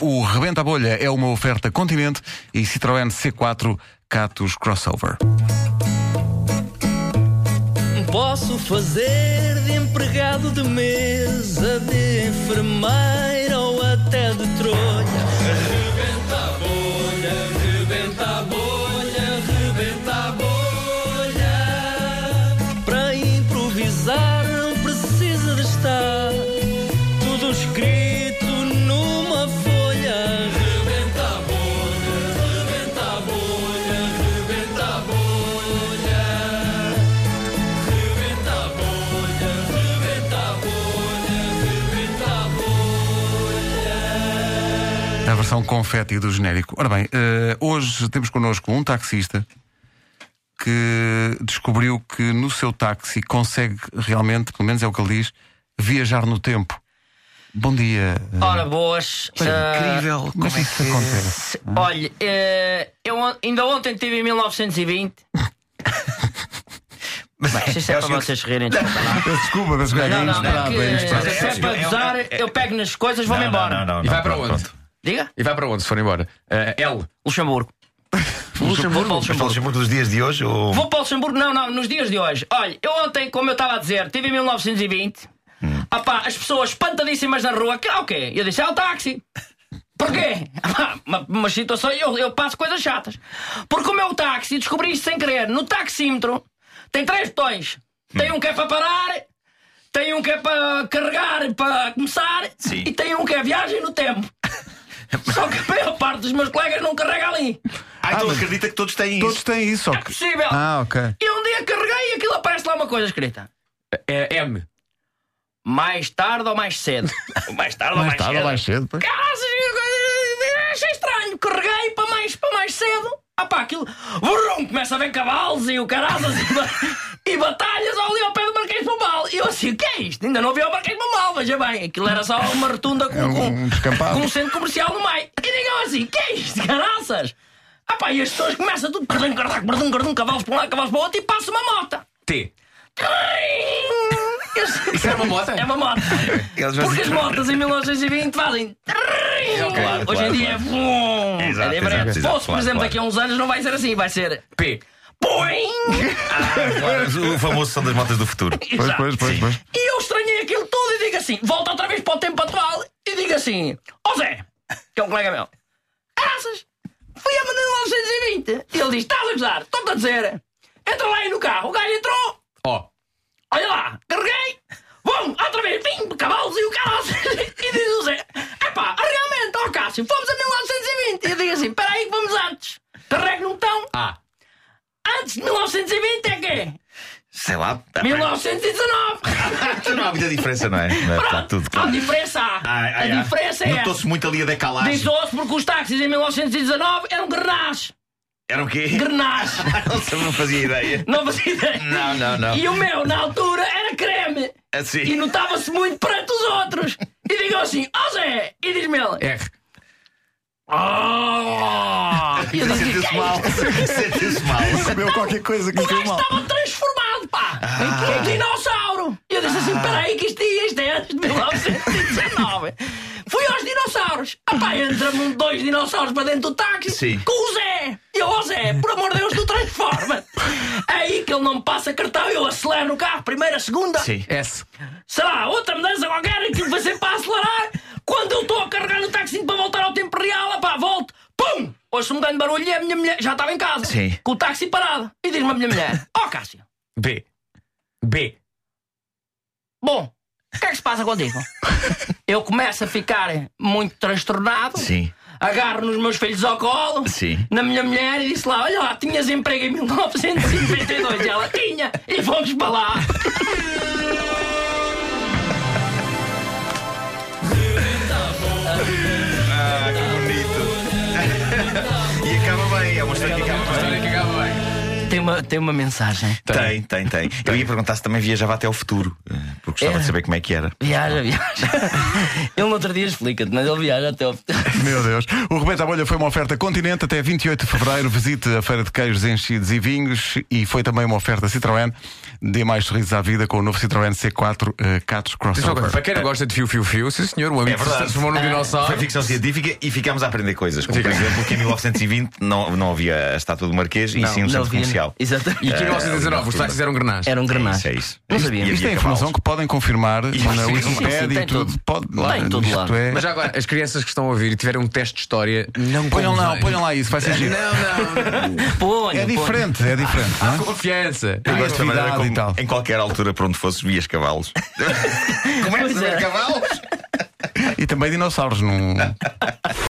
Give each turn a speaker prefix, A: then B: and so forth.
A: O Rebenta a Bolha é uma oferta Continente e Citroën C4 Catos Crossover.
B: Posso fazer de empregado de mesa, de enfermeira ou até de trolha. Rebenta a bolha, rebenta a bolha, rebenta a bolha. Para improvisar não precisa de estar tudo escrito numa folha. Rebenta a bolha, rebenta a bolha, rebenta a bolha. Rebenta a bolha, rebenta a bolha, rebenta a bolha.
A: A versão confete do genérico. Ora bem, eh, hoje temos connosco um taxista que descobriu que no seu táxi consegue realmente, pelo menos é o que ele diz, viajar no tempo. Bom dia. eh,
C: Ora, boas. Ah,
A: incrível. Como é que isso acontece?
C: se- Olha, eh, eu on- ainda ontem estive em 1920. Mas isto é, para vocês rirem. desculpa lá.
A: Peço Desculpa, mas é
C: Não, não, é
A: inesperado, é
C: que
A: inesperado.
C: se é para gozar, eu pego nas coisas, vou-me embora.
D: E vai para onde?
C: Diga?
D: E vai para onde se for embora? Eh, L.
C: Luxemburgo. Luxemburgo? Vou para
E: Mas falamos
C: Luxemburgo.
E: muito dos dias de hoje? Ou...
C: Vou para Luxemburgo, não, não, nos dias de hoje. Olha, eu ontem, como eu estava a dizer, estive em 1920. Ah pá, as pessoas espantadíssimas na rua, que ah, o quê? Eu disse, é o táxi. Porquê? Ah, Uma, uma situação, eu, eu passo coisas chatas. Porque o meu táxi, descobri isto sem querer, no taxímetro tem três botões. Tem um que é para parar, tem um que é para carregar, para começar, e tem um que é viagem no tempo. Só que a maior parte dos meus colegas não carrega ali.
E: Ah, então acredita que todos têm
A: Todos têm isso, só
C: É
A: que.
C: possível.
A: Ah, ok.
C: E um dia carreguei e aquilo aparece lá uma coisa escrita.
D: É M.
C: Mais tarde ou mais cedo? mais tarde ou mais,
A: Tarde ou mais cedo, pois.
C: Caralho, achei estranho. Carreguei para mais, para mais cedo. Ah pá, aquilo. Vurrum, começa a ver cavalos e o caraças e, ba- e batalhas ali ao pé do Marquês de Pombal. E eu assim, o que é isto? Ainda não vi o Marquês de Pombal, veja bem. Aquilo era só uma rotunda com,
A: um descampado.
C: com, com um centro comercial no meio. E digam assim, o que é isto, caraças? Ah pá, e as pessoas começam tudo, cardão, cardão, cardão, cardão, cavalos para um lado, cavalos para o outro e passa uma moto.
D: T.
C: Isso
D: é uma moto?
C: É uma moto.
E: Eles vão
C: Porque as
E: dizer-
C: motas em 1920 fazem.
E: claro,
C: Hoje em
E: claro,
C: dia é.
E: claro.
C: vum,
E: Exato,
C: é diferente.
E: exato,
C: Se
E: exato,
C: fosse, por
E: claro,
C: exemplo,
E: claro.
C: daqui a uns anos não vai ser assim, vai ser.
D: P.
C: Poing!
E: Mas é? O famoso são das motas do futuro.
A: Pois,
C: Exato.
A: pois, pois, pois.
C: E eu estranhei aquilo tudo e digo assim: volta outra vez para o tempo atual e digo assim: Ó Zé, que é um colega meu, graças, fui a Manuel 1920. E ele diz: estás a gozar, estou-te a dizer. Entra lá aí no carro, o gajo entrou.
D: O.
C: Olha lá, carreguei! Vamos, outra vez, vim, cavalos e o caralho! E diz o Zé: Epá, realmente, ó Cássio, fomos a 1920! E eu digo assim: peraí, que vamos antes! Carrego no botão,
D: A.
C: antes de 1920 é quê?
E: Sei lá.
C: 1919!
E: Não há muita diferença, não é? Não é? Está tudo
C: Há
E: claro.
C: diferença! há.
E: Ah, ah,
C: a
E: ah.
C: diferença é essa!
E: Notou-se muito ali a decalagem.
C: Diz-se porque os táxis em 1919 eram grenaches!
E: Era o quê?
C: Grenaches!
E: Não sei, não fazia ideia.
C: Não fazia ideia!
E: Não, não, não.
C: E o meu, na altura, era creme!
E: Assim.
C: E notava-se muito perante os outros! E digo assim: Ó Zé! E diz-me ele:
D: R.
C: Ah! E eu disse, "Que é
E: Sentiu-se
C: isto?
E: mal. Sentiu-se mal.
A: Comeu qualquer coisa que
C: O gajo estava transformado, pá! Em um dinossauro! E eu disse assim: peraí, que isto é, isto é antes de 1919. Fui aos dinossauros. Ah, pá, entra-me um- dois dinossauros para dentro do táxi
E: Sim.
C: com o Zé. E eu, ó Zé, por amor de Deus, tu transforma. É aí que ele não me passa cartão, eu acelero o carro, primeira, segunda.
E: Sim.
D: S.
C: sei lá, outra mudança qualquer, aquilo vai ser para acelerar. Quando eu estou a carregar no taxinho para voltar ao tempo real, pá, volto, pum! Ouço um grande barulho e a minha mulher já estava em casa,
E: Sim.
C: com o táxi parado. E diz-me a minha mulher: Ó Cássio,
D: B. B.
C: bom, o que é que se passa contigo? Eu começo a ficar muito transtornado.
E: Sim.
C: Agarro nos meus filhos ao colo,
E: Sim.
C: na minha mulher, e disse lá: Olha lá, tinhas emprego em 1992. E ela tinha, e vamos para lá.
E: Ah, que bonito. E acaba bem. É uma história que acaba bem.
D: Olha que acaba bem.
C: tem uma, tem uma mensagem.
E: Tem, tem, tem. Eu ia perguntar se também viajava até ao futuro, eh, porque gostava
C: Era.
E: de saber como é que era.
C: Viaja, viaja. ele no outro dia explica-te, mas ele viaja até ao
A: Meu Deus. O Rebenta à Bolha foi uma oferta continente até 28 de fevereiro. Visite a Feira de Queijos, Enchidos e Vinhos. E foi também uma oferta Citroën. Dê mais sorrisos à vida com o novo Citroën C4 eh, Catos
D: Diz uma coisa,
A: Crossover.
D: Para quem não gosta de fio-fio-fio, sim senhor, o
E: É
D: amigo que se
E: verdade.
D: transformou num
E: Foi
D: dinossauro.
E: ficção científica e ficámos a aprender coisas. Como, por
D: Fica.
E: exemplo, que em 1920 não, não havia a estátua do Marquês e sim um centro
C: havia-
E: comercial.
C: Exatamente.
D: E que em
E: Ah,
D: 1919 os táxis eram grenás.
C: Era um
E: É
C: granás.
E: isso, é isso.
C: Não
E: É isso.
C: sabia.
E: E
A: Isto é
E: havia
A: informação
E: cavalos.
A: que podem confirmar na
E: sim,
C: sim, sim,
A: Wikipedia
C: tem
A: e tudo.
C: todo-
A: Pode,
C: tem todo
A: isto
C: lado.
A: é-
D: Mas já agora, as crianças que estão a ouvir e tiverem um teste de história, não
A: Ponham lá,
D: convém.
A: ponham lá isso, vai ser giro.
D: Não, Ah, não.
C: Ponha,
A: É
C: ponha.
A: diferente, é diferente. não é?
D: Confiança.
E: Eu gosto da maneira
A: Atividade
E: como,
A: e tal.
E: em qualquer altura para onde fosses, vias cavalos. Começas a
C: é.
E: ver cavalos?
A: E também dinossauros num.